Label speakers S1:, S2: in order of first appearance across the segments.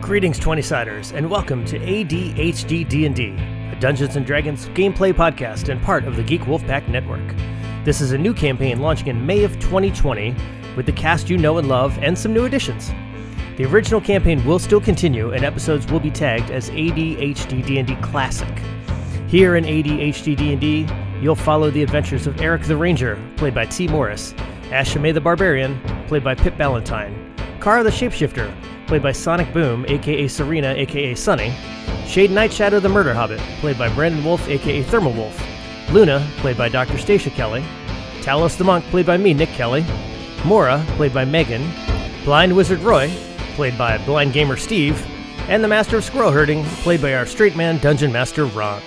S1: Greetings, 20-siders, and welcome to ADHD D&D, a Dungeons & Dragons gameplay podcast and part of the Geek Wolfpack Network. This is a new campaign launching in May of 2020 with the cast you know and love and some new additions. The original campaign will still continue, and episodes will be tagged as ADHD D&D Classic. Here in ADHD D&D, you'll follow the adventures of Eric the Ranger, played by T. Morris, Ashame the Barbarian, played by Pip Ballantyne, Kara the Shapeshifter, played by Sonic Boom, aka Serena, aka Sunny, Shade Nightshadow the Murder Hobbit, played by Brandon Wolf, aka Thermal Wolf, Luna, played by Dr. Stacia Kelly, Talos the Monk, played by me, Nick Kelly, Mora, played by Megan, Blind Wizard Roy, played by Blind Gamer Steve, and the Master of Squirrel Herding, played by our straight man Dungeon Master Ron.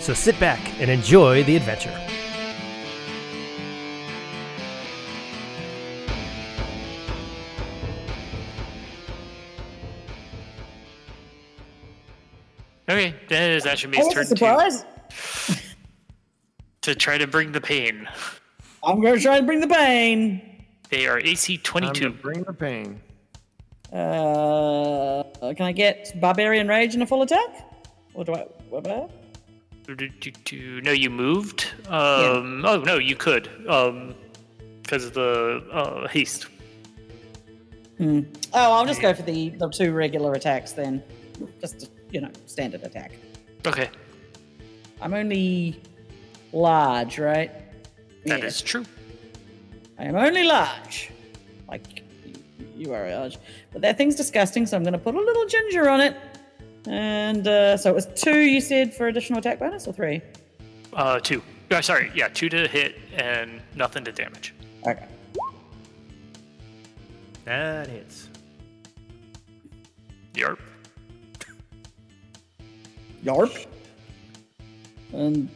S1: So sit back and enjoy the adventure.
S2: Okay, then it is Ashumi's
S3: Hey,
S2: turn
S3: this is
S2: to,
S3: Surprise!
S2: to try to bring the pain.
S3: I'm gonna try and bring the pain.
S2: They are AC
S4: Time
S2: 22.
S4: to bring the pain.
S3: Uh, can I get barbarian rage and a full attack? Or do I? What do I have?
S2: Do, do, do. No, you moved. Um, Oh, no, you could. Um, because of the uh, haste.
S3: Oh, I'll just go for the the two regular attacks then. Just you know, standard attack.
S2: Okay,
S3: I'm only large, right?
S2: that is
S3: Yeah.
S2: true.
S3: I am only large. Like, y- you are large. But that thing's disgusting, so I'm going to put a little ginger on it. And uh, so it was two, you said, for additional attack bonus, or three?
S2: Uh, two. Oh, sorry, yeah, two to hit and nothing to damage.
S3: Okay.
S1: That hits.
S2: Yarp.
S3: Yarp. And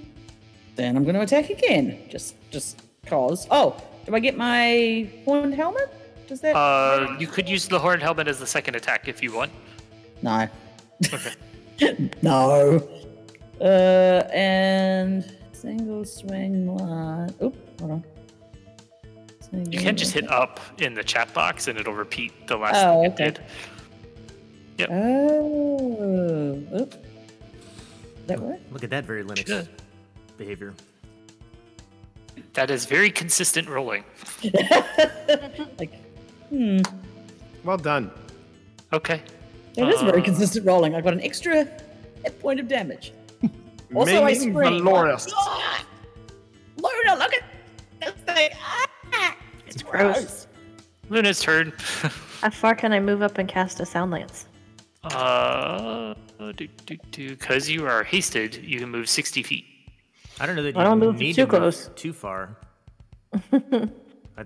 S3: then I'm going to attack again. Just, just cause. Oh, do I get my horned helmet? Does that?
S2: Uh, you could use the horned helmet as the second attack if you want.
S3: no.
S2: Okay.
S3: No. Uh, and single swing line. Oop, hold on.
S2: You can just hit up in the chat box and it'll repeat the last
S3: Oh,
S2: thing
S3: okay.
S2: it did.
S3: Oh, oop. That work?
S1: Look at that very Linux
S2: Sure.
S1: behavior.
S2: That is very consistent rolling.
S3: Like, hmm.
S4: Well done.
S2: Okay.
S3: That is very
S5: Um,
S2: Uh.
S3: consistent rolling. I got an extra hit point of damage. Also, I
S4: Meaning
S3: scream.
S4: valorous.
S3: "Ah! Luna, look at this thing. Ah! It's gross.
S2: Luna's turn.
S6: How far can I move up and cast a sound lance?
S2: Uh, do, do, do. Because you are hasted, you can move 60 feet.
S1: I don't know that
S6: I don't
S1: you
S6: move
S1: need
S6: too
S1: to move
S6: close.
S1: too far.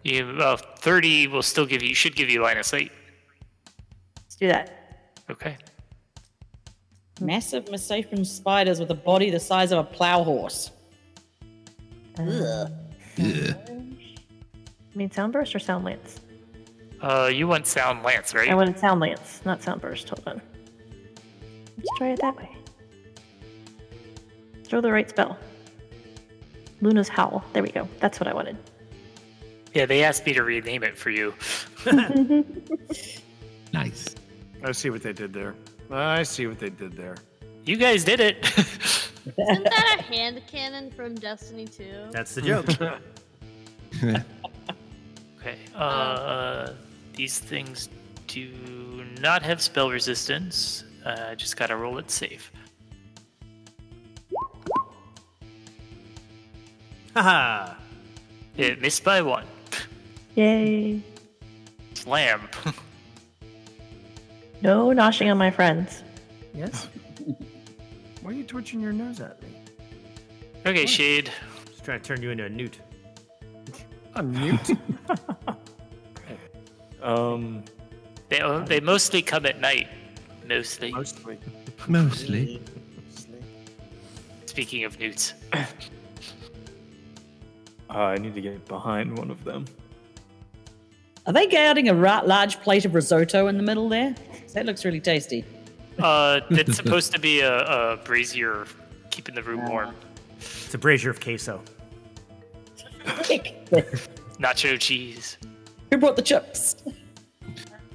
S2: You uh, 30 will still give you, should give you line of sight.
S6: Let's do that.
S2: Okay.
S3: Massive misshapen spiders with a body the size of a plow horse.
S6: I mean, sound burst or sound lance?
S2: Uh, you want sound lance, right?
S6: I wanted sound lance, not sound burst. Hold on. Let's try it that way. Throw the right spell. Luna's howl. There we go. That's what I wanted.
S2: yeah, they asked me to rename it for you.
S7: Nice.
S4: I see what they did there. I see what they did there.
S2: You guys did it.
S8: Isn't that a hand cannon from Destiny 2?
S1: That's the joke.
S2: okay. Uh, these things do not have spell resistance. Uh, just gotta roll it safe.
S1: Haha.
S2: It missed by one.
S6: Yay.
S2: Slam.
S6: No noshing on my friends.
S4: Yes. Why are you twitching your nose at me?
S2: okay, Shade.
S1: Just trying to turn you into a newt.
S4: I'm mute.
S9: Um,
S2: They, uh, they mostly come at night. Mostly.
S4: Mostly.
S7: Mostly.
S2: Speaking of newts.
S9: I need to get behind one of them.
S3: Are they guarding a ra- large plate of risotto in the middle there? That looks really tasty.
S2: Uh, that's supposed to be a, a brazier keeping the room warm.
S1: It's a brazier of queso.
S3: Ick.
S2: Nacho cheese.
S3: Who brought the chips?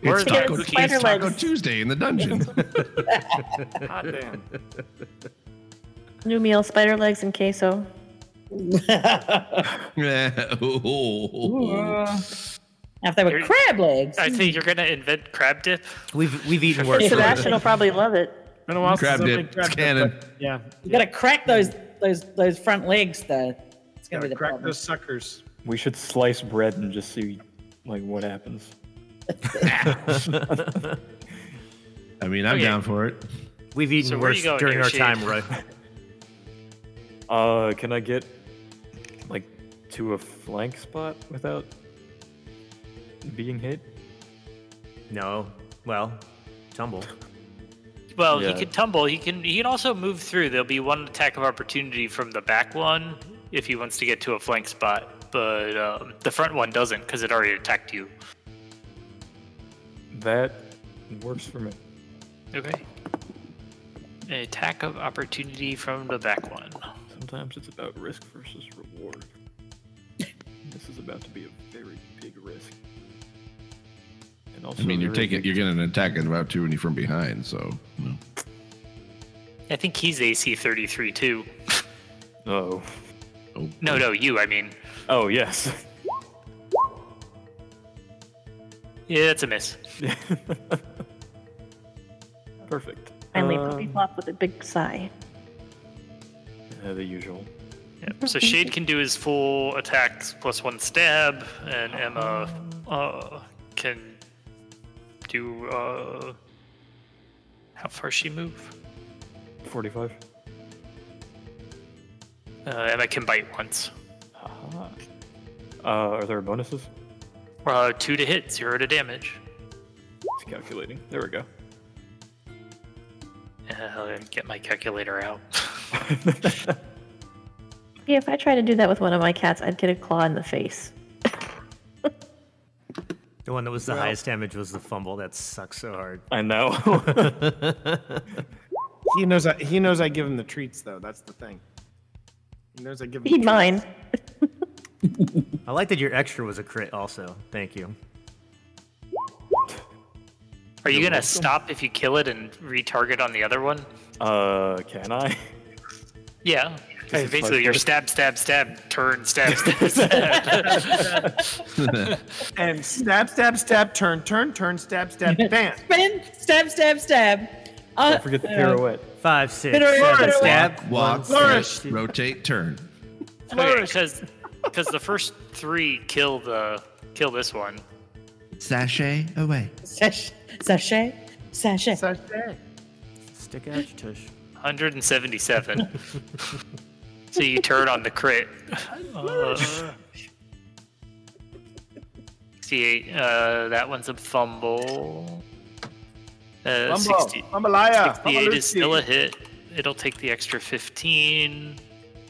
S2: Or
S10: It's
S2: the
S10: Taco,
S6: cookies.
S10: it's Taco
S6: legs.
S10: Tuesday in the dungeon.
S9: God damn.
S6: New meal, spider legs and queso.
S10: Oh,
S3: Uh, Now, if they were crab legs,
S2: I think you're gonna invent crab dip.
S11: We've we've eaten worse.
S6: Sebastian will probably love it.
S5: Been a while
S10: Crab
S5: since I've
S10: dip.
S5: been
S10: It's
S5: crab dip,
S10: canon.
S5: but Yeah.
S3: you gotta crack those those those front legs though. It's gonna be
S5: Gotta
S3: the
S5: crack
S3: problem.
S5: those suckers.
S9: We should slice bread and just see like what happens.
S10: I mean, I'm
S2: Okay.
S10: down for it.
S11: We've eaten
S2: So where are
S11: worse
S2: you going,
S11: during our
S2: Yoshi?
S11: time, Roy.
S9: Uh, can I get like to a flank spot without being hit?
S11: No. Well, tumble.
S2: Well,
S9: Yeah.
S2: he can tumble. He can. He can also move through. There'll be one attack of opportunity from the back one if he wants to get to a flank spot, but um, the front one doesn't because it already attacked you.
S9: That works for me.
S2: Okay. An attack of opportunity from the back one.
S9: Sometimes it's about risk versus reward. this is about to be a very big risk. And also,
S10: I mean, you're
S9: very
S10: taking,
S9: big-
S10: you're getting an attack at about two and from behind, so you know.
S2: I think he's AC 33 too.
S9: Oh,
S10: Oh,
S2: No, no, you. I mean,
S9: oh yes.
S2: yeah, that's a miss.
S9: Perfect.
S6: Finally,
S9: Um,
S6: Poppy Plop with a big sigh.
S9: yeah, Uh, the usual.
S2: Yep. So Shade can do his full attacks plus one stab, and Emma uh, can do. Uh, how far she move?
S9: Forty-five.
S2: Uh, Emma can bite once.
S9: Ah. Uh, are there bonuses?
S2: Uh, two to hit, zero to damage.
S9: It's calculating. There we go.
S2: Uh, get my calculator out.
S6: Yeah, if I tried to do that with one of my cats, I'd get a claw in the face.
S11: The one that was the highest damage was the fumble. That sucks so hard.
S9: I know.
S5: He knows. I, he knows I give him the treats though. That's the thing. He knows I give him. the
S6: He'd
S5: treats.
S6: mine.
S11: I like that your extra was a crit also. Thank you.
S2: Are you gonna stop if you kill it and retarget on the other one?
S9: uh, can I?
S2: Yeah.
S9: Hey, it's
S2: basically,
S9: like-
S2: your stab, stab, stab, turn, stab, stab, stab.
S5: And stab, stab, stab, turn, turn, turn, stab, stab, bam.
S3: Spin, stab, stab, stab. Uh,
S9: Don't forget the pirouette.
S11: Five, six,
S3: Hit her, hit
S11: seven,
S3: her,
S11: stab.
S10: walk,
S11: one,
S10: flourish,
S11: six.
S10: rotate, turn.
S2: Because because the first three kill the kill this one.
S10: Sashay away.
S3: Sach- sachet, sachet.
S5: Sachet.
S11: Stick out your tush.
S2: 177. so you turn on the crit. Uh, C8. Uh, that one's a fumble. Uh,
S5: Bumble.
S2: 60
S5: Bambalaya.
S2: 68 is still a
S5: Bambalusi.
S2: hit. It'll take the extra 15,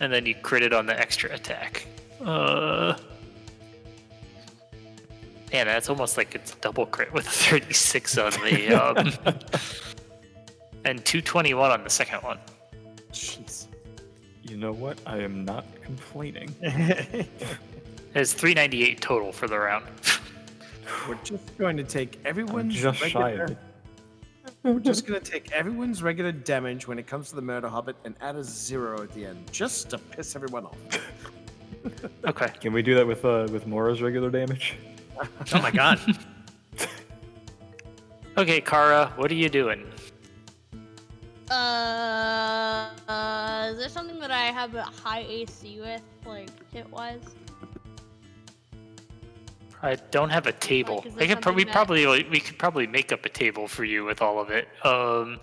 S2: and then you crit it on the extra attack. Uh, man, that's almost like it's double crit with a 36 on the um, and 221 on the second one.
S5: Jeez.
S9: You know what? I am not complaining.
S2: It's 398 total for the round.
S5: We're just going to take
S9: I'm
S5: everyone's
S9: just shy
S5: regular.
S9: of it.
S5: We're just going to take everyone's regular damage when it comes to the murder hobbit and add a zero at the end, just to piss everyone off.
S2: Okay.
S9: Can we do that with uh with Mora's regular damage?
S11: Oh my god.
S2: Okay, Kara, what are you doing?
S8: Uh, uh, is there something that I have a high AC with, like hit wise?
S2: I don't have a table.
S8: Like, is
S2: I
S8: there
S2: could pro- we
S8: something that-
S2: probably we could probably make up a table for you with all of it. Um,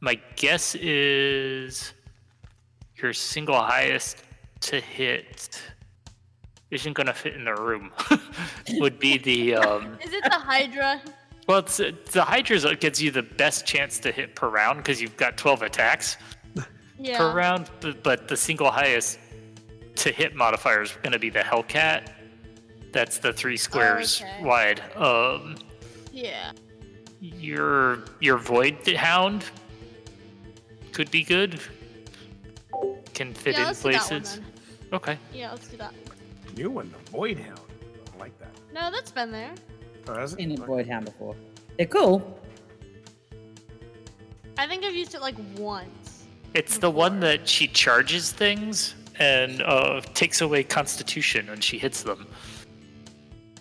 S2: my guess is your single highest to hit isn't going to fit in the room. Would be the um,
S8: Is it the Hydra?
S2: well, it's, it's the Hydra's that gives you the best chance to hit per round because you've got twelve attacks
S8: Yeah.
S2: per round. But, but the single highest to hit modifier is going to be the Hellcat. That's the three squares
S8: Oh, okay.
S2: wide. Um,
S8: Yeah.
S2: your your void hound could be good. Can fit
S8: yeah,
S2: in
S8: let's do that one
S2: places.
S8: then.
S2: Okay.
S8: Yeah, let's do that.
S5: New one, the Void Hound. I like that.
S8: No, that's been there.
S5: Oh, has it?
S3: Seen a void hound before. They're cool.
S8: I think I've used it like once.
S2: It's the one that she charges things and uh, takes away constitution when she hits them.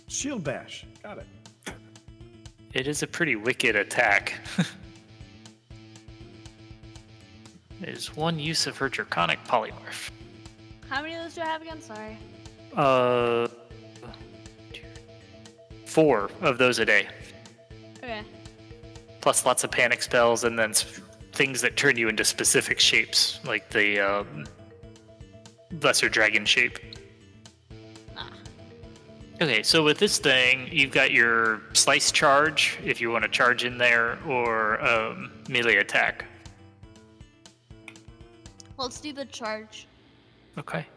S5: Shield bash. Got it.
S2: It is a pretty wicked attack. There's one use of her draconic polymorph.
S8: How many of those do I have again? Sorry.
S2: Uh, four of those a day,
S8: Okay.
S2: plus lots of panic spells and then s- things that turn you into specific shapes, like the um, lesser dragon shape.
S8: Ah.
S2: Okay, so with this thing, you've got your slice charge if you want to charge in there, or um, melee attack.
S8: Let's do the charge.
S2: Okay.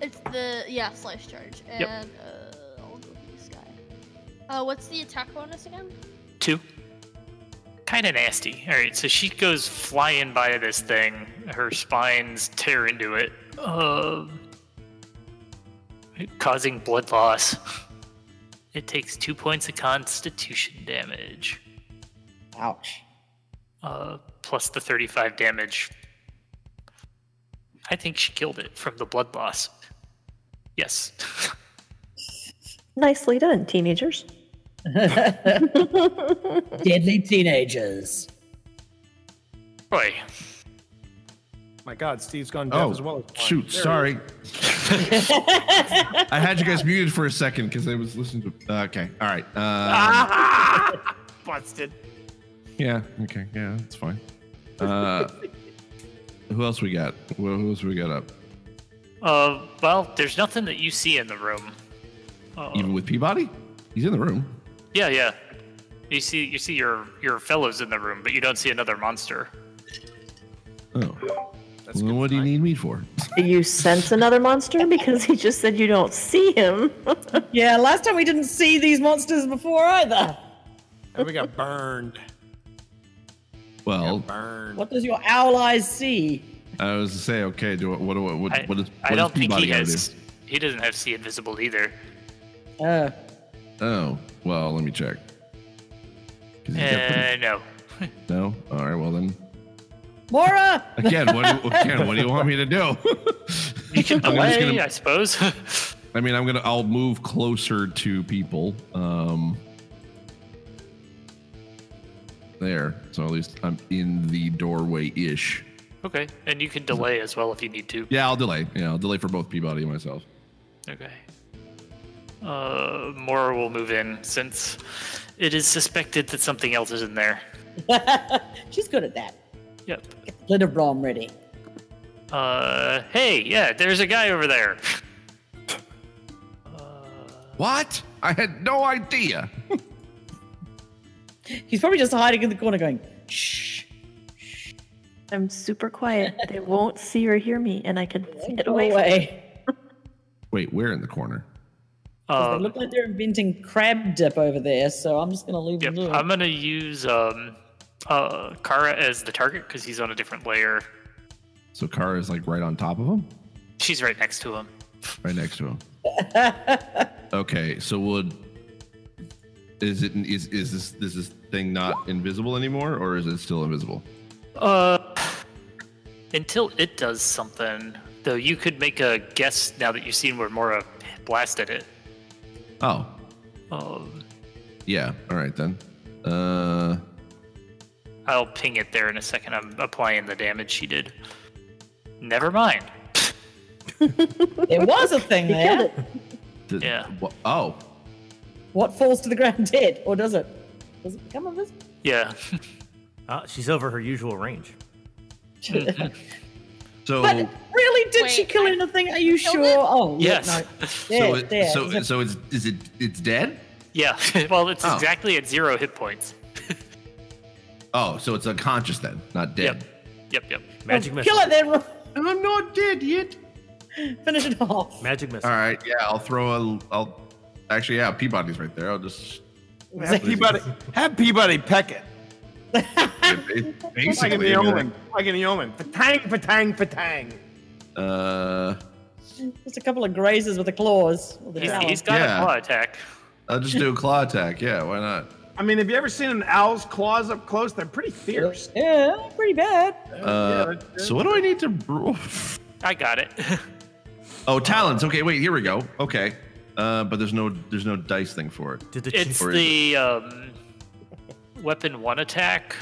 S8: It's the yeah slice charge and
S2: Yep.
S8: uh, I'll go with this guy. Uh, what's the attack bonus again?
S2: Two. Kind of nasty. All right, so she goes flying by this thing. Her spines tear into it, um, causing blood loss. It takes two points of constitution damage,
S3: Ouch.
S2: uh, plus the 35 damage. I think she killed it from the blood loss. Yes.
S6: Nicely done, teenagers.
S3: Deadly teenagers.
S2: Boy,
S5: My God, Steve's gone deaf
S10: Oh,
S5: as well. as blind.
S10: shoot.
S5: There
S10: Sorry. I had you guys muted for a second because I was listening to. Uh, okay. All right.
S2: Ah.
S10: Uh,
S5: Busted.
S10: yeah. Okay. Yeah. That's fine. Uh, who else we got? Who who else we got up?
S2: uh, well, there's nothing that you see in the room.
S10: Even with Peabody? He's in the room.
S2: Yeah, yeah. You see, you see your your fellows in the room, but you don't see another monster.
S10: Oh.
S5: That's
S10: well,
S5: good
S10: what do you need me for?
S6: Do you sense another monster? Because he just said you don't see him.
S3: Yeah, last time we didn't see these monsters before either.
S5: And we got burned.
S10: Well,
S5: Burned.
S3: What does your owl eyes see?
S10: I was to say, okay, do I- what do I- what
S2: I,
S10: what is
S2: I don't
S10: what does
S2: think
S10: Peabody
S2: he
S10: gotta do?
S2: has. He doesn't have see invisible either.
S3: Oh,
S10: Oh, well, let me check. 'Cause he's got
S2: Uh, no.
S10: pretty- no? All right, well then.
S3: Mora!
S10: Again, what do, again, what do you want me to do?
S2: You can
S10: I'm just
S2: delay,
S10: gonna-
S2: I suppose.
S10: I mean, I'm gonna. I'll move closer to people. Um, there. So at least I'm in the doorway ish.
S2: okay, and you can delay as well if you need to.
S10: Yeah, I'll delay. Yeah, I'll delay for both Peabody and myself.
S2: Okay. Uh, Mora will move in since it is suspected that something else is in there.
S3: She's good at that.
S2: Yep.
S3: Get Brom ready.
S2: Uh, hey, yeah, there's a guy over there.
S10: What? I had no idea.
S3: He's probably just hiding in the corner going, shh.
S6: I'm super quiet. They won't see or hear me, and I can get
S3: Go
S6: away. From
S3: away.
S10: Wait, where in the corner?
S3: They
S2: Um,
S3: look like they're inventing crab dip over there, so I'm just going to leave
S2: Yep,
S3: them alone.
S2: I'm gonna use um, uh, Kara as the target because he's on a different layer.
S10: So Kara is like right on top of him,
S2: She's right next to him.
S10: right next to him. okay, so would is it is is this is this thing not invisible anymore, or is it still invisible?
S2: Uh, until it does something, though, you could make a guess now that you've seen where Mora blasted it.
S10: Oh,
S2: Um,
S10: yeah. All right then. Uh,
S2: I'll ping it there in a second. I'm applying the damage she did. Never mind.
S3: there was a thing
S6: They killed
S3: there.
S6: it.
S10: th-
S2: Yeah.
S10: wha- oh,
S3: What falls to the ground dead, or does it? Does it become invisible?
S2: Yeah.
S11: Ah, she's over her usual range.
S10: so
S3: But really, did she
S8: Wait,
S3: kill
S8: I-
S3: anything? Are you
S8: Killed
S3: sure?
S8: it?
S3: Oh, yeah,
S2: yes.
S3: no.
S10: so
S3: Dead,
S10: it,
S3: dead.
S10: so so it's is it it's dead?
S2: Yeah. well, it's
S10: Oh.
S2: exactly at zero hit points.
S10: Oh, so it's unconscious then, not dead.
S2: Yep. Yep. Yep.
S11: Magic missile.
S3: kill it then. Ro-
S10: I'm not dead yet.
S3: Finish it off.
S11: Magic missile.
S10: All right. Yeah, I'll throw a. I'll actually yeah, Peabody's right there. I'll just
S5: Have Peabody, have Peabody peck it.
S10: basically.
S5: Like in
S10: be
S5: the
S10: like,
S5: omen. Like in the omen. Patang, patang, patang.
S10: Uh,
S3: Just a couple of grazes with the claws. Or the
S2: He's,
S3: talons.
S2: he's got
S10: Yeah.
S2: a claw attack.
S10: I'll just do a claw attack. Yeah, why not?
S4: I mean, have you ever seen an owl's claws up close? They're pretty fierce.
S3: Yeah, pretty bad.
S10: Uh, so what do I need to? bro-
S2: I got it.
S10: Oh, talents. Okay, wait. Here we go. Okay, uh, but there's no there's no dice thing for it.
S11: Did the
S2: it's
S10: Or is
S2: the um, weapon one attack.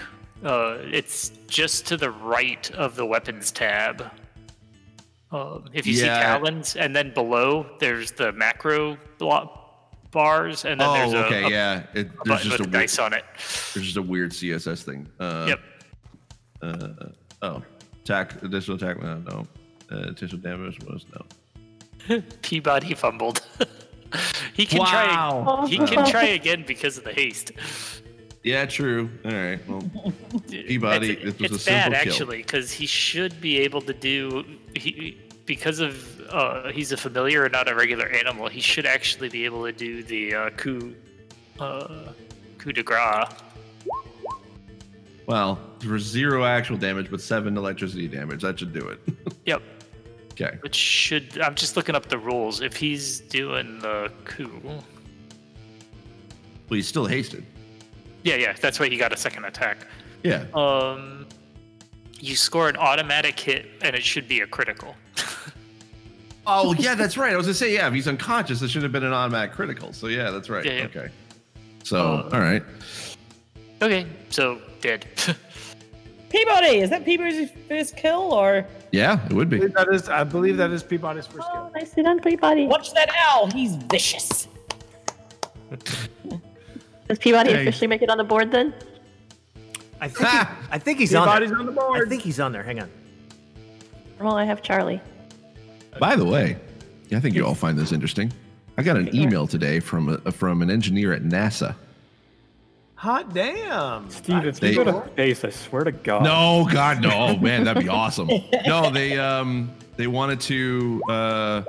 S2: Uh, it's just to the right of the weapons tab. Um, if you see
S10: Yeah.
S2: talons, and then below there's the macro block bars, and then
S10: Oh,
S2: there's a,
S10: okay,
S2: a
S10: yeah. It, there's
S2: button
S10: just
S2: with
S10: a
S2: a
S10: weird,
S2: dice on it.
S10: there's just a weird CSS thing. Uh,
S2: yep.
S10: Uh, oh, attack additional attack. No, no. Uh, additional damage was no.
S2: Peabody fumbled. he can try. He can try again because of the haste.
S10: Yeah, true. All right. Well, Peabody,
S2: It's,
S10: it was
S2: it's
S10: a simple
S2: bad
S10: kill.
S2: actually because he should be able to do he because of uh, he's a familiar and not a regular animal. He should actually be able to do the uh, coup uh, coup de grace.
S10: well, for zero actual damage, but seven electricity damage. That should do it.
S2: Yep,
S10: okay.
S2: which should I'm just looking up the rules. If he's doing the coup,
S10: Well, he's still hasted.
S2: yeah, yeah, that's why he got a second attack.
S10: Yeah.
S2: Um, you score an automatic hit and it should be a critical.
S10: Oh, yeah, that's right. I was gonna say, yeah, if he's unconscious, it should have been an automatic critical. So yeah, that's right.
S2: Yeah, yeah.
S10: Okay. So all right.
S2: okay, so dead.
S3: Peabody, is that Peabody's first kill or
S10: Yeah, it would
S4: I
S10: be.
S4: believe that is, I believe that is Peabody's first skill.
S6: Oh, nicely done, Peabody.
S3: watch that owl? He's vicious.
S6: Does Peabody
S10: Hey.
S6: officially make it on the board then?
S11: I think, he- I think he's on
S4: Peabody's
S11: there.
S4: on the
S11: I
S4: board.
S11: think he's on there. Hang on.
S6: Well, I have Charlie.
S10: By the way, I think you all find this interesting. I got an email today from a, from an engineer at NASA.
S4: Hot damn.
S9: Steve, if
S10: They-
S9: you go to base, I swear to God.
S10: No, God, no, oh, man, that'd be awesome. No, they um they wanted to uh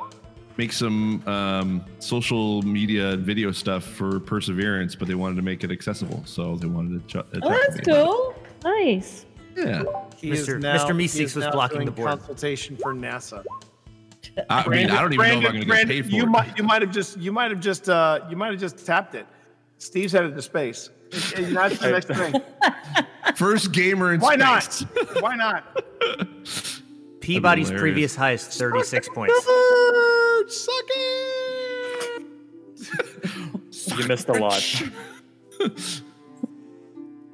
S10: make some um social media and video stuff for Perseverance, but they wanted to make it accessible, so they wanted to. Ch-
S3: Oh, that's cool.
S6: Nice.
S10: Yeah,
S5: He is
S11: Mr.
S5: now-
S11: Mr. Meeseeks
S5: he is
S11: was
S5: now
S11: blocking
S5: doing
S11: the board.
S5: Consultation for NASA.
S10: I mean, I don't even know if I'm gonna get
S4: Brandon,
S10: paid for
S4: you
S10: it.
S4: Might, you might have just, you might have just, uh, you might have just tapped it. Steve's headed to space. It's- it's- That's the next thing.
S10: First gamer in
S4: Why
S10: space.
S4: not? Why not?
S11: Peabody's
S10: hilarious.
S11: previous highest, 36 points.
S9: You missed a lot.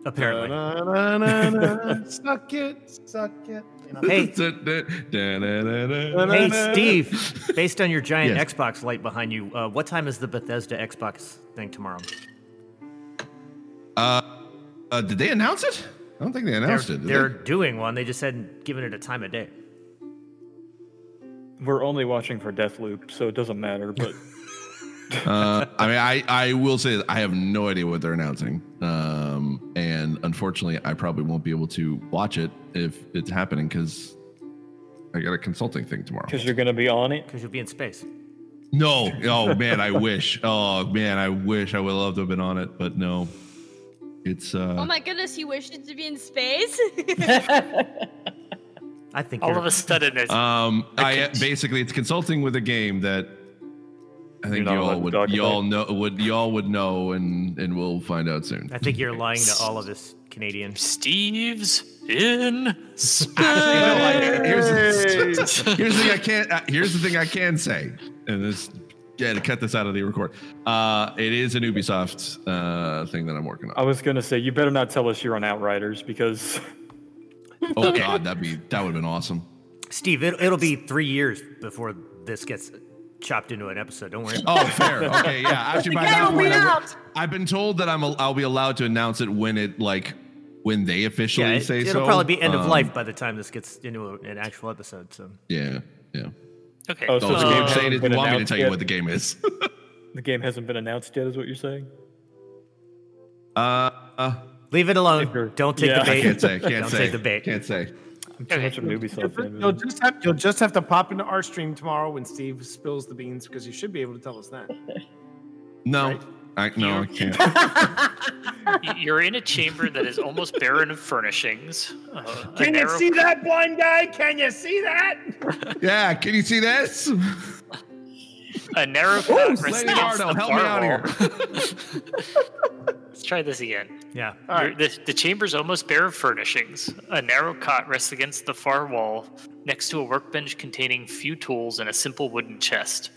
S11: Apparently.
S4: Da-na-na-na-na. suck it, suck it. You know.
S11: Hey,
S10: Da-da-da-da.
S11: hey, Steve. Based on your giant
S10: Yes.
S11: Xbox light behind you, uh, what time is the Bethesda Xbox thing tomorrow?
S10: Uh, did they announce it? I don't think they
S11: They're,
S10: announced it. did
S11: they're
S10: they?
S11: doing one. They just hadn't given it a time of day.
S9: We're only watching for Deathloop, so it doesn't matter. But
S10: Uh, I mean, I, I will say that I have no idea what they're announcing. Um, and unfortunately, I probably won't be able to watch it if it's happening because I got a consulting thing tomorrow.
S9: because you're gonna be on it,
S11: Because you'll be in space.
S10: No. Oh, man, I wish. Oh, man, I wish I would love to have been on it, but no. It's. Uh,
S8: oh my goodness, he wished it to be in space.
S11: I think
S2: All
S11: you're,
S2: of a sudden, it's
S10: Um, I
S2: cons-
S10: basically it's consulting with a game that I think
S9: not allowed
S10: y'all
S9: to
S10: would
S9: talk
S10: y'all know would y'all would know and and we'll find out soon.
S11: I think you're lying to all of us Canadians.
S2: Steve's in
S10: You know, I-
S2: space.
S10: here's, here's the thing I can't. Uh, here's the thing I can say, and this yeah to cut this out of the record. Uh, it is an Ubisoft uh thing that I'm working
S9: I
S10: on.
S9: was gonna say you better not tell us you're on Outriders because
S10: Oh God, that'd be that would have been awesome.
S11: Steve, it, it'll be three years before this gets chopped into an episode. Don't worry.
S10: Oh, fair. Okay, yeah. Actually, by that
S3: will be
S10: point, I would-
S3: out.
S10: I've been told that I'm al- I'll be allowed to announce it when it like when they officially
S11: Yeah, it,
S10: say
S11: will
S10: so.
S11: probably be end of
S10: Um,
S11: life by the time this gets into a- an actual episode. So
S10: Yeah, yeah.
S2: Okay.
S9: Oh,
S10: So
S9: So
S10: the
S9: the
S10: game
S9: game
S10: saying
S9: hasn't
S10: is
S9: been
S10: you want me to
S9: announced
S10: tell you
S9: yet?
S10: what the game is.
S9: the game hasn't been announced yet. Is what you're saying?
S10: uh, uh,
S11: leave it alone.
S9: Sure.
S11: Don't take
S9: Yeah.
S11: the bait.
S9: I
S10: can't say. Can't
S11: Don't
S10: say.
S11: take the bait.
S10: Can't say.
S9: I'm too much of an Ubisoft fan.
S4: You'll
S9: man.
S4: just have you'll just have to pop into our stream tomorrow when Steve spills the beans because you should be able to tell us that.
S10: No. I, no, I can't.
S2: You're in a chamber that is almost barren of furnishings. Uh, a
S4: Can you
S2: narrow-
S4: see that blind guy? Can you see that?
S10: yeah, can you see this?
S2: A narrow path
S10: Lady
S2: response
S10: Ardo,
S2: to
S10: help me out
S2: Barwol. Let's try this again.
S11: Yeah.
S2: Your- the, the chamber's almost bare of furnishings. A narrow cot rests against the far wall, next to a workbench containing few tools and a simple wooden chest.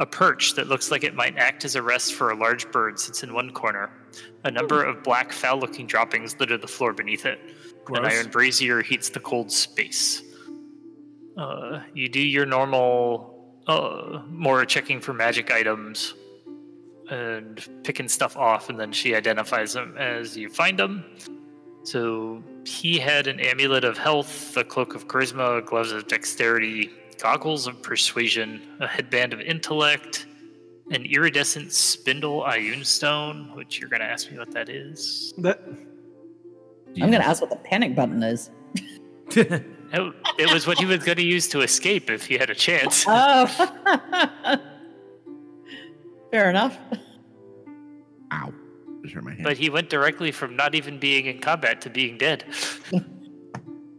S2: A perch that looks like it might act as a rest for a large bird sits in one corner. A number of black, foul looking droppings litter the floor beneath it. An iron brazier heats the cold space. Uh, you do your normal, uh, more checking for magic items and picking stuff off, and then she identifies them as you find them. So he had an amulet of health, a cloak of charisma, gloves of dexterity, goggles of persuasion, a headband of intellect, an iridescent spindle Ioun stone, which you're going to ask me what that is.
S4: That,
S3: I'm going to ask what the panic button is.
S2: It, it was what he was going to use to escape if he had a chance.
S3: Oh. Fair enough.
S10: Ow. Just hurt my hand.
S2: But he went directly from not even being in combat to being dead.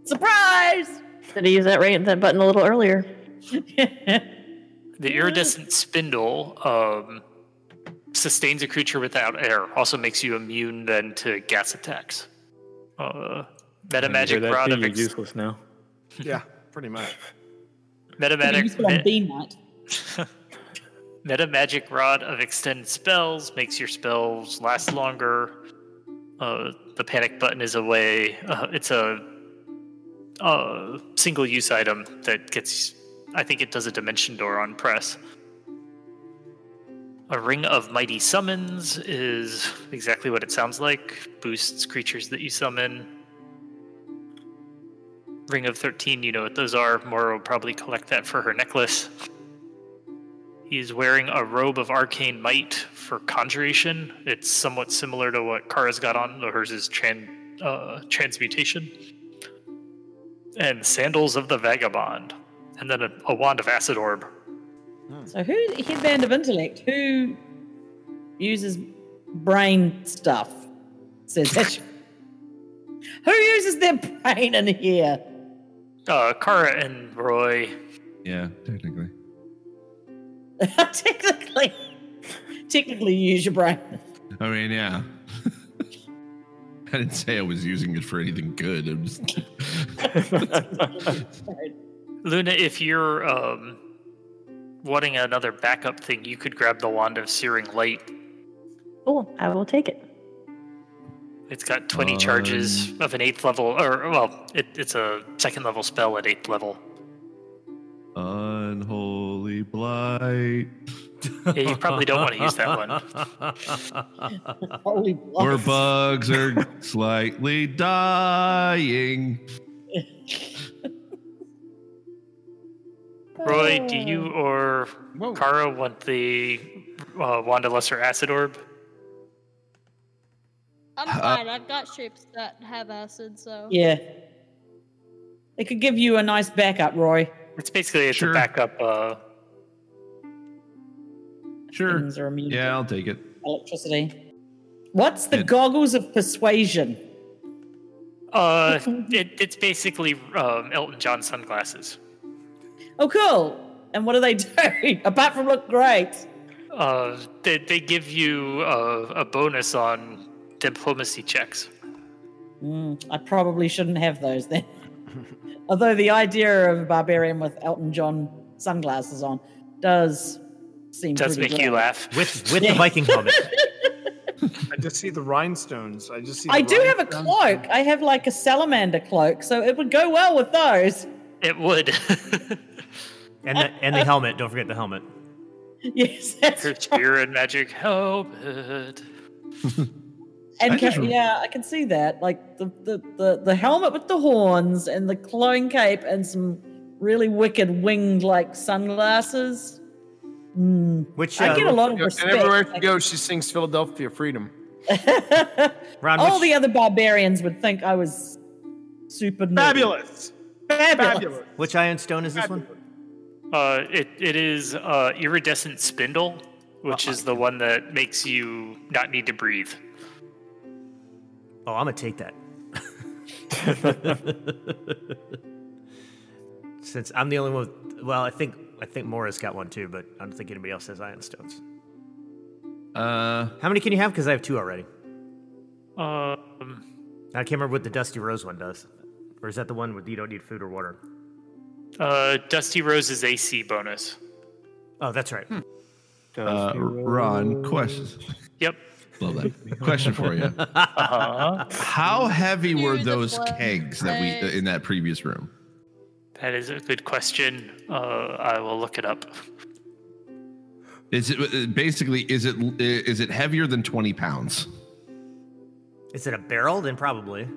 S3: Surprise!
S6: Did he use that right that button a little earlier?
S2: The iridescent spindle um, sustains a creature without air, also makes you immune then to gas attacks. Uh, meta magic
S9: that
S2: rod
S9: thing
S2: of
S9: is
S2: ex-
S9: useless now.
S4: yeah, pretty much.
S2: meta magic
S3: Useful on bean night.
S2: meta magic rod of extend spells makes your spells last longer. Uh, the panic button is a way. Uh, it's a uh, single use item that gets. I think it does a dimension door on press. A ring of mighty summons is exactly what it sounds like. Boosts creatures that you summon. Ring of 13, you know what those are. Mora will probably collect that for her necklace. He is wearing a robe of arcane might for conjuration. It's somewhat similar to what Kara's got on, though hers is tran- uh, transmutation. And sandals of the vagabond, and then a, a wand of acid orb.
S3: So who headband of intellect? Who uses brain stuff? Says that. who uses their brain in here?
S2: Uh, Kara and Roy.
S10: yeah, technically.
S3: technically, technically, you use your brain.
S10: I mean, yeah. I didn't say I was using it for anything good. I'm just,
S2: Luna, if you're um, wanting another backup thing, you could grab the wand of searing light.
S6: Cool. I will take it.
S2: It's got 20 charges of an eighth level, or, well, it, it's a second level spell at eighth level.
S10: Unholy blight.
S2: Yeah, you probably don't want to use that one.
S3: Holy
S10: Where
S3: blocks.
S10: bugs are slightly dying.
S2: Roy, do you
S3: Oh.
S2: or Kara want the uh, Wanda Lesser Acid Orb?
S8: I'm fine. I've got shapes that have acid, so.
S3: Yeah. They could give you a nice backup, Roy.
S2: It's basically it's
S10: Sure.
S2: a backup. Uh,
S10: Sure.
S3: Things are immune to
S10: Yeah, I'll take it.
S3: electricity. What's the
S10: Yeah.
S3: goggles of persuasion?
S2: uh, it, it's basically um, Elton John sunglasses.
S3: Oh, cool. And what do they do apart from look great?
S2: Uh, they, they give you uh, a bonus on diplomacy checks.
S3: Mm, I probably shouldn't have those then. Although the idea of a barbarian with Elton John sunglasses on does seem
S2: Does
S3: pretty
S2: make you
S3: good.
S2: laugh.
S11: With with the Viking helmet.
S4: I just see the rhinestones. I just see.
S3: I
S4: the
S3: do have a
S4: rhinestones.
S3: cloak. I have like a salamander cloak, so it would go well with those.
S2: It would.
S11: And the, and the helmet. Don't forget the helmet.
S3: Yes, that's
S2: Her
S3: right.
S2: spear and magic helmet.
S3: and
S10: I
S3: ca-
S10: just-
S3: yeah, I can see that. Like the, the the the helmet with the horns and the glowing cape and some really wicked winged like sunglasses. Mm,
S11: Which
S3: I
S11: uh,
S3: get a lot of
S4: And
S3: respect.
S4: everywhere she goes, she sings Philadelphia Freedom.
S11: Ron,
S3: All
S11: which,
S3: the other barbarians would think I was super nerdy.
S4: Fabulous.
S3: fabulous.
S4: Fabulous.
S11: which iron stone is this one?
S2: Uh, it, it is uh, iridescent spindle, which is the one that makes you not need to breathe.
S11: Oh, I'm gonna take that. Since I'm the only one. With, well, I think
S1: I think Mora's got one too, but I don't think anybody else has ion stones.
S10: Uh,
S1: How many can you have? Because I have two already.
S2: Um,
S1: I can't remember what the Dusty Rose one does. Or is that the one where you don't need food or water?
S2: uh, Dusty Rose's AC bonus.
S1: Oh, that's right.
S3: Hmm.
S10: Uh, Ron, questions.
S2: Yep.
S10: Love that. Question for you.
S2: Uh-huh.
S10: How heavy were those kegs that we in that previous room?
S2: That is a good question. Uh, I will look it up.
S10: Is it basically is it is it heavier than twenty pounds?
S1: Is it a barrel? Then probably.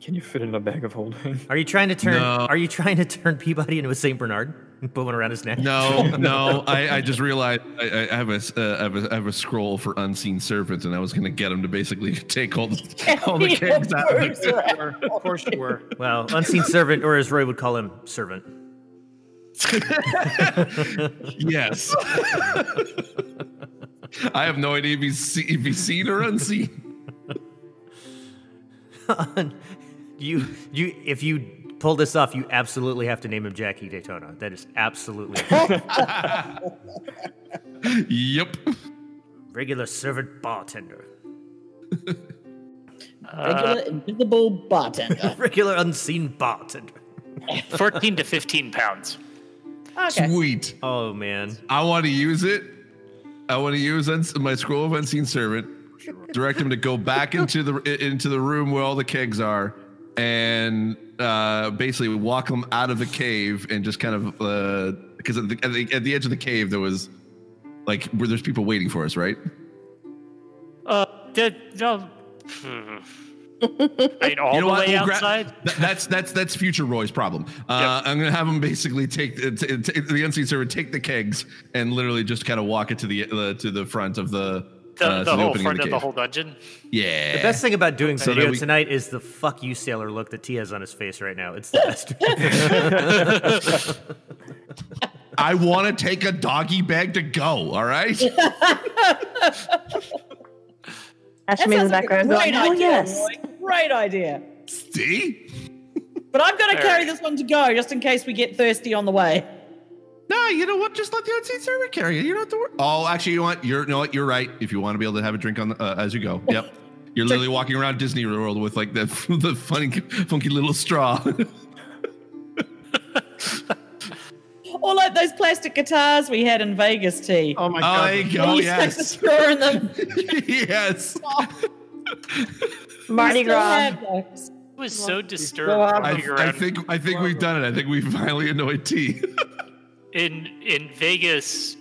S9: Can you fit in a bag of holding?
S1: Are you trying to turn?
S10: No.
S1: Are you trying to turn Peabody into a Saint Bernard and put one around his neck?
S10: No, no. I, I just realized I, I have a, uh, I have a I have a scroll for unseen servants, and I was gonna get him to basically take all the all the kegs out. Of the,
S5: of course you were.
S1: Well, unseen servant, or as Roy would call him, servant.
S10: yes. I have no idea if he's see- if he's seen or unseen.
S1: you, you. If you pull this off, you absolutely have to name him Jackie Daytona. That is absolutely
S10: Yep.
S1: regular servant bartender,
S3: Regular invisible bartender.
S1: regular unseen bartender.
S2: 14 to 15 pounds.
S3: Okay.
S10: Sweet.
S1: Oh man,
S10: I want to use it. I want to use uns- my scroll of unseen servant. Direct him to go back into the i- into the room where all the kegs are, and uh, basically walk him out of the cave and just kind of because at, the, at, the, at the edge of the cave there was like where there's people waiting for us, right?
S2: Uh, did, no. Hmm. Right, all the way
S10: We'll gra-
S2: outside?
S10: Th- that's that's that's future Roy's problem. Uh, I'm gonna have him basically take the, t- t- the unseen servant, take the kegs, and literally just kind of walk it to the uh, to the front of the
S2: the,
S10: uh, to
S2: the whole
S10: opening
S2: front of the
S10: cave.
S2: whole dungeon?
S10: Yeah.
S1: the best thing about doing
S10: So that
S1: video
S10: we-
S1: tonight is the "fuck you, sailor" look that T has on his face right now. It's the best.
S10: I want to take a doggy bag to go. All right.
S6: Ash
S3: That
S6: me in the
S3: sounds like a
S6: background
S3: Great
S6: going, oh,
S3: idea.
S6: yes.
S3: Roy. Great idea.
S10: See?
S3: But I've got to
S2: All
S3: carry
S2: right.
S3: this one to go just in case we get thirsty on the way.
S10: No, you know what? Just let the unseen servant carry it. You don't have to worry. Oh, actually, you want you're no, what? you're right. If you want to be able to have a drink on the, uh, as you go, yep. You're literally walking around Disney World with like the the funny, funky little straw.
S3: Or like those plastic guitars we had in Vegas, T.
S5: Oh my
S10: oh,
S5: god.
S10: there you
S3: Where
S10: go.
S3: you stuck the
S10: Yes.
S3: straw in them. We
S10: yes.
S6: Mardi
S3: still
S6: Gras.
S3: have those.
S2: I was so disturbed to
S10: I,
S2: figure
S10: I
S2: out
S10: think I think we've done it. I think we finally annoyed T.
S2: in in Vegas,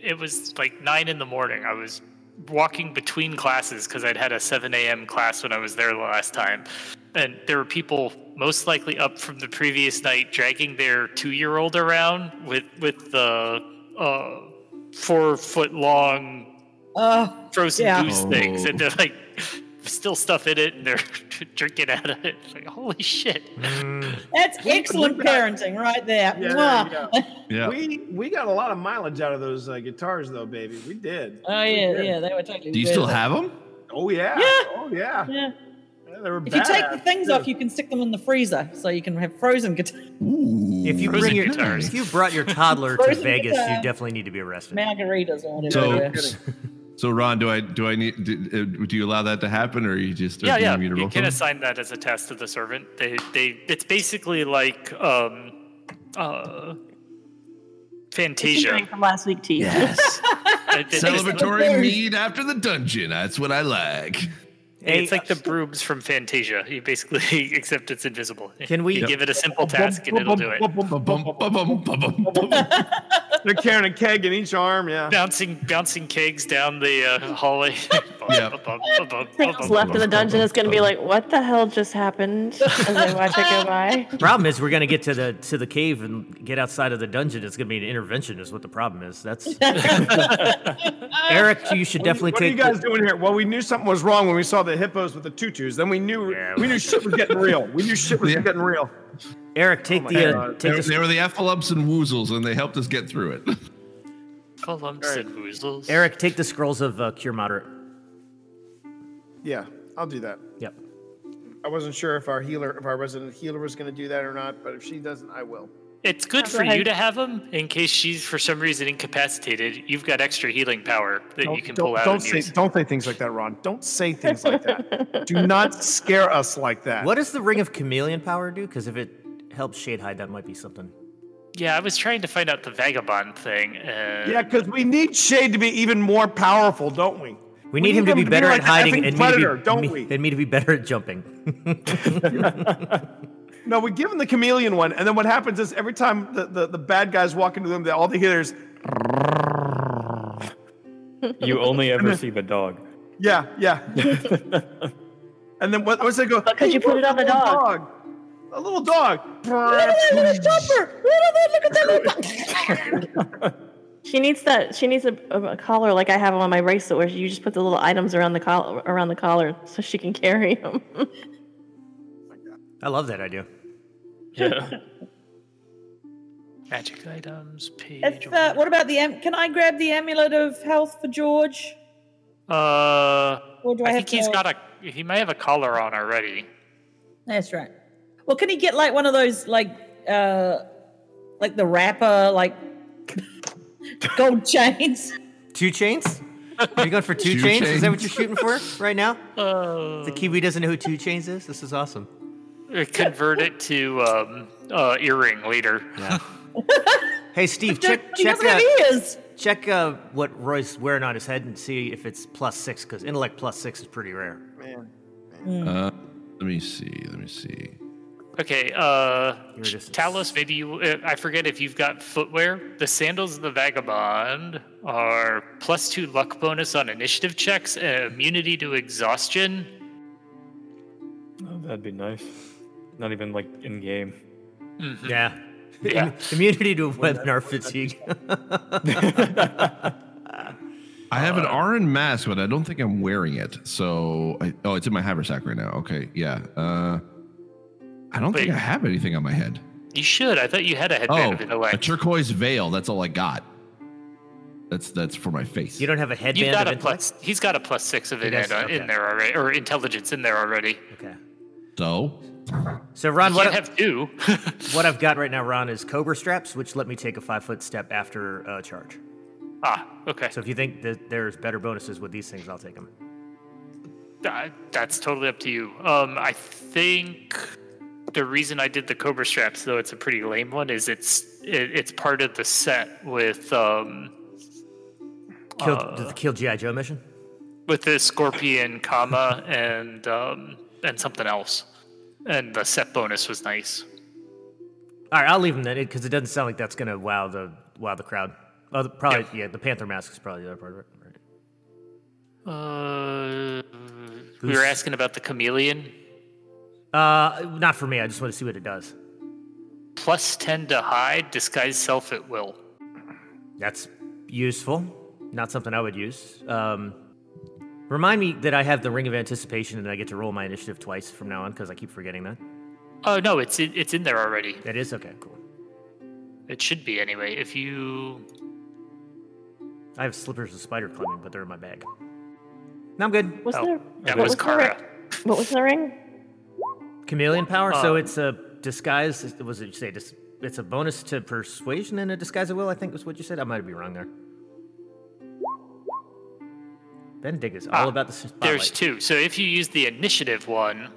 S2: it was like nine in the morning. I was walking between classes because I'd had a seven a.m. class when I was there the last time, and there were people most likely up from the previous night dragging their two-year-old around with with the uh, four-foot-long
S3: Oh,
S2: frozen
S3: Yeah.
S2: goose
S10: Oh.
S2: things, and they're like still stuff in it, and they're drinking out of it. Like holy shit!
S3: that's excellent parenting right there.
S4: Yeah,
S3: Mwah.
S4: there you
S10: yeah.
S4: We we got a lot of mileage out of those uh, guitars, though, baby. We did.
S3: Oh yeah, yeah, they were totally.
S10: Do you still
S3: worth it.
S10: have them?
S4: Oh yeah.
S3: Yeah.
S4: Oh yeah.
S3: Yeah.
S4: Yeah, they were
S3: If you take the
S4: badass,
S3: things
S4: too.
S3: off, you can stick them in the freezer, so you can have frozen guitar.
S1: if you
S2: Frozen
S1: bring your
S2: guitars.
S1: if you brought your toddler to
S3: Frozen
S1: Vegas, you
S3: guitar.
S1: definitely need to be arrested.
S3: margaritas or whatever.
S10: So-
S3: they were.
S10: So Ron, do I do I need do, uh, do you allow that to happen, or you just
S2: yeah,
S10: do you
S2: yeah.
S10: need me to
S2: You
S10: roll
S2: can
S10: for it?
S2: assign that as a task to the servant. They, they. It's basically like um, uh,
S6: Continuing
S2: Fantasia.
S6: from last week to you.
S10: Yes.
S2: It- it- it's,
S10: Celebratory mead after the dungeon. That's what I like.
S2: it's like the brooms from Fantasia. You basically, except it's invisible.
S1: Can we-
S2: You give it a simple task and it'll do it?
S10: Ba-bum, ba-bum, ba-bum, ba-bum.
S5: They're carrying a keg in each arm, yeah.
S2: Bouncing, bouncing kegs down the uh, hallway.
S10: Yeah.
S6: Everything else left in the dungeon is going to be like, what the hell just happened? As I watch it go by.
S1: problem is we're gonna get to the to the cave and get outside of the dungeon. It's gonna be an intervention, is what the problem is. That's Eric. You should definitely
S5: What are you
S1: take.
S5: guys
S1: the-
S5: doing here? Well, we knew something was wrong when we saw the hippos with the tutus. Then we knew
S1: Yeah,
S5: we knew shit was getting real. We knew shit was
S10: Yeah.
S5: getting real.
S1: Eric, take
S5: my
S1: the uh,
S5: God.
S1: take
S10: They,
S1: the,
S10: they were the Efflups and Woozles, and they helped us get through it.
S1: Eric, take the scrolls of uh, cure moderate.
S5: Yeah, I'll do that.
S1: Yep.
S4: I wasn't sure if our healer, if our resident healer was going to do that or not, but if she doesn't, I will.
S2: It's good for you to have them in case she's for some reason incapacitated. You've got extra healing power that you can pull out
S4: don't
S2: and
S4: say,
S2: use.
S4: Don't say things like that, Ron. Don't say things like that. Do not scare us like that.
S1: What does the Ring of Chameleon power do? Because if it helps Shade Hide, that might be something.
S2: Yeah, I was trying to find out the vagabond thing. Uh,
S4: Yeah, because we need Shade to be even more powerful, don't we?
S1: We need him to be better at
S4: like the
S1: hiding
S4: effing
S1: and
S4: predator,
S1: me to be,
S4: don't
S1: me-
S4: we?
S1: and me to be better at jumping.
S4: No, we give him the chameleon one, and then what happens is every time the, the, the bad guys walk into them, all they hear is
S12: You only ever see the dog.
S4: yeah, yeah. and then what? What's they go? Because
S6: you put it on the dog."
S4: A little dog.
S6: Look at that little jumper! Look at that! Look at that She needs that. She needs a, a, a collar like I have on my bracelet, where you just put the little items around the collar around the collar, so she can carry them.
S1: I love that idea.
S2: Yeah. Magic items, page.
S3: If, uh, what about the? Am- can I grab the amulet of health for George?
S2: Uh,
S3: Or do I
S2: I,
S3: have
S2: think he's
S3: to-
S2: got a. He might have a collar on already.
S3: That's right. Well, can he get like one of those like uh like the rapper like gold chains?
S1: Two chains? Are you going for two,
S12: Two
S1: chains? Is that what you're
S12: chains.
S1: shooting for right now?
S2: Uh,
S1: the Kiwi doesn't know who two chains is. This is awesome.
S2: Uh, Convert it to um, uh, earring later.
S1: Hey, Steve,
S2: But
S1: check
S2: he
S1: check
S2: doesn't have
S1: uh, check uh, what Roy's wearing on his head and see if it's plus six because intellect plus six is pretty rare.
S10: Uh, let me see. Let me see.
S2: Okay, uh, Talos, maybe you. Uh, I forget if you've got footwear. The sandals of the vagabond are plus two luck bonus on initiative checks and immunity to exhaustion.
S12: Oh, that'd be nice. Not even like in game.
S1: Yeah.
S2: Yeah.
S1: Immunity to webinar fatigue.
S10: I have an
S2: Uh,
S10: RN mask, but I don't think I'm wearing it. So, I, oh, it's in my haversack right now. Okay, yeah. Uh, I don't think I have anything on my head.
S2: You should. I thought you had a headband
S10: Oh,
S2: of
S10: a
S2: intellect.
S10: turquoise veil. That's all I got. That's that's for my face.
S1: You don't have a
S2: You got a plus. He's got a plus six of
S1: He
S2: it
S1: does? Okay.
S2: in there already, or intelligence in there already.
S1: Okay.
S10: So,
S1: So Ron,
S2: You
S1: what I,
S2: can't have two.
S1: what I've got right now, Ron, is cobra straps, which let me take a five foot step after uh, charge.
S2: Ah, okay.
S1: So if you think that there's better bonuses with these things, I'll take them.
S2: Uh, that's totally up to you. Um, I think the reason I did the cobra straps, though it's a pretty lame one, is it's it, it's part of the set with um,
S1: Kill,
S2: uh,
S1: the kill GI Joe mission.
S2: with the scorpion comma and um, and something else, and the set bonus was nice.
S1: All right, I'll leave them then because it doesn't sound like that's gonna wow the wow the crowd. Oh, the, probably yeah. The panther mask is probably the other part of it. Right.
S2: Uh, we were
S1: Who's-
S2: asking about the chameleon
S1: Uh, not for me. I just want to see what it does.
S2: plus ten to hide, disguise self at will.
S1: That's useful. Not something I would use. Um, remind me that I have the Ring of Anticipation and I get to roll my initiative twice from now on because I keep forgetting that.
S2: Oh no, it's in, it's in there already.
S1: It is okay. Cool.
S2: It should be anyway. If you
S1: I have slippers of spider climbing, but they're in my bag. No, I'm good.
S6: Was
S1: Oh,
S6: there?
S1: that
S6: what
S1: was
S6: the ring- What was the ring?
S1: Chameleon power. so
S6: Um,
S1: it's a disguise. Was it you say? Dis, it's a bonus to persuasion and a disguise of will. I think was what you said. I might be wrong there. Bendig is all about the spotlight.
S2: There's two. So if you use the initiative one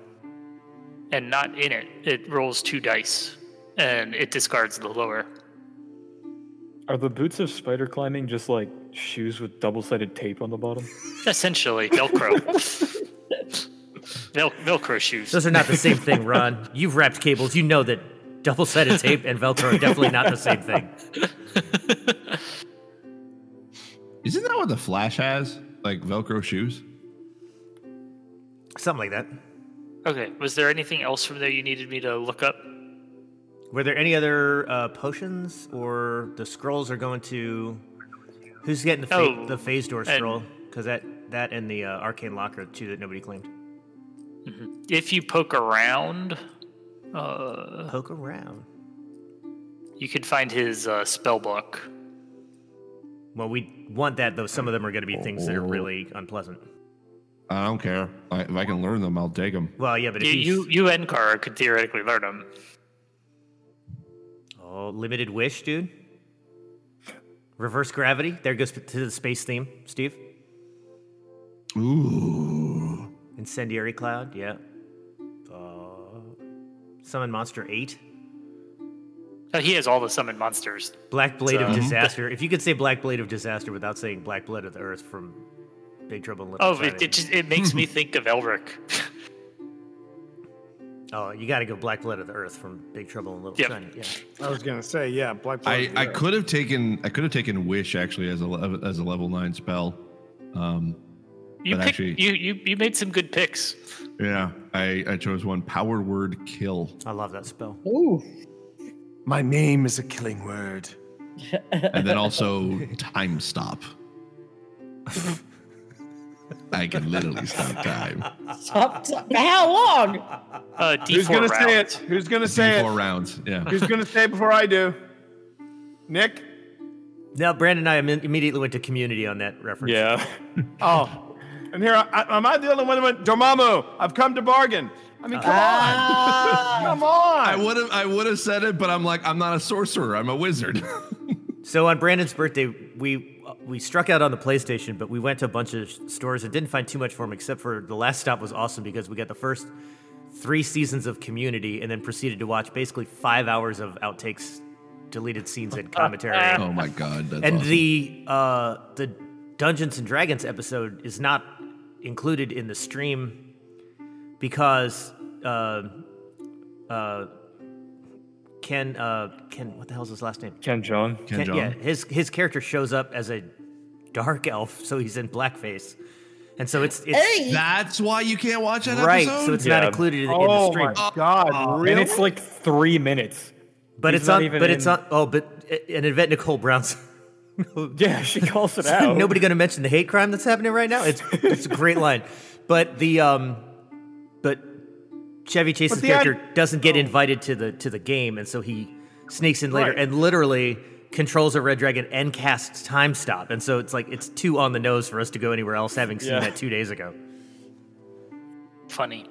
S2: and not in it, it rolls two dice and it discards the lower.
S12: Are the boots of spider climbing just like shoes with double-sided tape on the bottom?
S2: Essentially, Velcro. Vel- Velcro shoes.
S1: Those are not the same thing, Ron. You've wrapped cables. You know that double-sided tape and Velcro are definitely not the same thing.
S10: Isn't that what the Flash has? Like Velcro shoes?
S1: Something like that.
S2: Okay. Was there anything else from there you needed me to look up?
S1: Were there any other uh, potions, or the scrolls are going to? Who's getting the fa-
S2: Oh,
S1: the phase door
S2: and-
S1: scroll? Because that that and the uh, arcane locker too that nobody claimed.
S2: If you poke around, uh,
S1: poke around.
S2: You could find his uh, spell book.
S1: Well, we want that though. Some of them are going to be things that are really unpleasant.
S10: I don't care. I, if I can learn them, I'll take them.
S1: Well, yeah, but if
S2: you,
S1: he's-
S2: you you and Kara could theoretically learn them.
S1: Oh, limited wish, dude. Reverse gravity. There goes to the space theme, Steve.
S10: Ooh.
S1: Incendiary cloud. Yeah. Uh, summon monster eight.
S2: Uh, he has all the summoned monsters.
S1: Black Blade of
S2: So-
S1: Disaster. If you could say Black Blade of Disaster without saying Black Blood of the Earth from Big Trouble in Little
S2: Oh,
S1: China.
S2: it, it just it makes me think of Elric.
S1: oh, you got to go Black Blood of the Earth from Big Trouble in Little
S2: Yep.
S1: China. Yeah.
S4: I was gonna say, yeah, black.
S10: I, I could have taken I could have taken wish actually as a le- as a level nine spell, um,
S2: You
S10: but
S2: picked,
S10: actually
S2: you, you you made some good picks.
S10: yeah I, I chose one power word kill.
S1: I love that spell.
S3: Ooh.
S5: My name is a killing word.
S10: and then also time stop. I can literally stop time.
S3: Stop, stop. For how long?
S2: Uh,
S4: Who's gonna say it? Who's gonna say
S10: Four
S4: it?
S10: rounds. Yeah.
S4: Who's gonna say it before I do? Nick.
S1: Now, Brandon and I imme- immediately went to community on that reference.
S12: Yeah.
S4: Oh, and here I, I, am I the only one who went? Dormammu, I've come to bargain. I mean, come on, come on.
S10: I would have I would have said it, but I'm like I'm not a sorcerer. I'm a wizard.
S1: So on Brandon's birthday, we we struck out on the PlayStation, but we went to a bunch of stores and didn't find too much for him, except for the last stop was awesome because we got the first three seasons of Community, and then proceeded to watch basically five hours of outtakes, deleted scenes, and commentary.
S10: oh my god. That's
S1: and
S10: awesome.
S1: the uh, the Dungeons and Dragons episode is not included in the stream because uh, uh, Ken uh, Ken what the hell's his last name?
S12: Ken John.
S1: Ken- Yeah, his his character shows up as a dark elf, so he's in blackface, and so it's it's
S10: that's why you can't watch that
S1: right.
S10: episode.
S1: So it's not
S12: Yeah.
S1: included in, in the
S4: Oh
S1: stream.
S4: my God,
S12: And
S4: really?
S12: it's like three minutes.
S1: But
S12: He's
S1: it's
S12: not
S1: on.
S12: even
S1: But it's
S12: in-
S1: on. Oh, but uh, and Yvette Nicole Brown's.
S12: Yeah, she calls it out.
S1: Nobody going to mention the hate crime that's happening right now. It's it's a great line, but the um, but Chevy Chase's
S4: But the Oh.
S1: character doesn't get invited to the to the game, and so he sneaks in later
S4: Right.
S1: and literally controls a red dragon and casts time stop, and so it's like it's too on the nose for us to go anywhere else, having seen
S12: Yeah.
S1: that two days ago.
S2: Funny.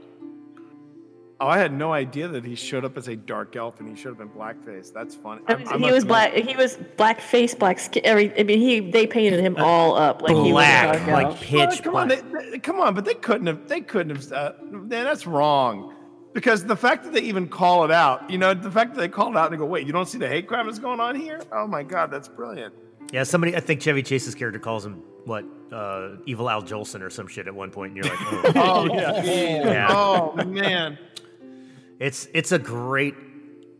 S4: Oh, I had no idea that he showed up as a dark elf and he showed up in blackface. That's funny. I- I must
S6: he was
S4: admit-
S6: black. He was black face, black skin. Every I mean, he they painted him all up like he was a
S1: Black,
S6: dark
S1: like
S6: elf.
S4: Well,
S1: pitch
S4: come
S1: black.
S4: on, they, they- come on, but they couldn't have. They couldn't have. Uh, man, that's wrong. Because the fact that they even call it out, you know, the fact that they call it out and they go, "Wait, you don't see the hate crime that's going on here?" Oh my God, that's brilliant.
S1: Yeah, somebody. I think Chevy Chase's character calls him what uh, evil Al Jolson or some shit at one point, and you're like, oh.
S4: Oh yeah. Oh man.
S1: It's it's a great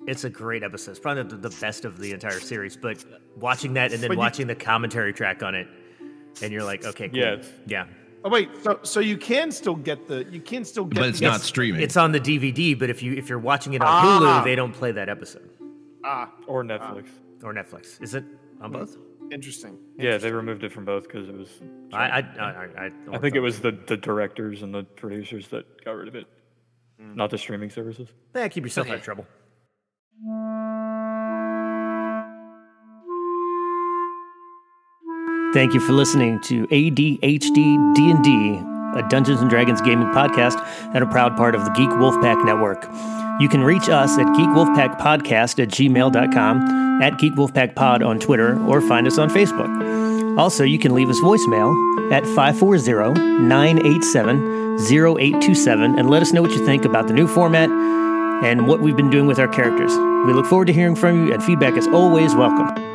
S1: it's a great episode. It's probably the, the best of the entire series. But watching that and then
S4: But you-
S1: watching the commentary track on it, and you're like, okay, cool.
S12: Yeah, it's-
S1: yeah.
S4: Oh wait. So so you can still get the you can still get.
S10: but it's
S4: the-
S10: not streaming.
S1: It's on the DVD, but if you if you're watching it on
S4: Ah.
S1: Hulu, they don't play that episode
S4: Ah,
S12: Or Netflix.
S1: or Netflix. Is it on both?
S4: interesting.
S12: yeah, they removed it from both because it was.
S1: I I I, I,
S12: Mm-hmm. I think it was the, the directors and the producers that got rid of it, not the streaming services.
S1: Yeah, keep yourself out of trouble. Thank you for listening to ADHD D&D, a Dungeons & Dragons gaming podcast and a proud part of the Geek Wolfpack Network. You can reach us at geekwolfpackpodcast at gmail.com, at geekwolfpackpod on Twitter, or find us on Facebook. Also, you can leave us voicemail at 540-987-0827 and let us know what you think about the new format and what we've been doing with our characters. We look forward to hearing from you, and feedback is always welcome.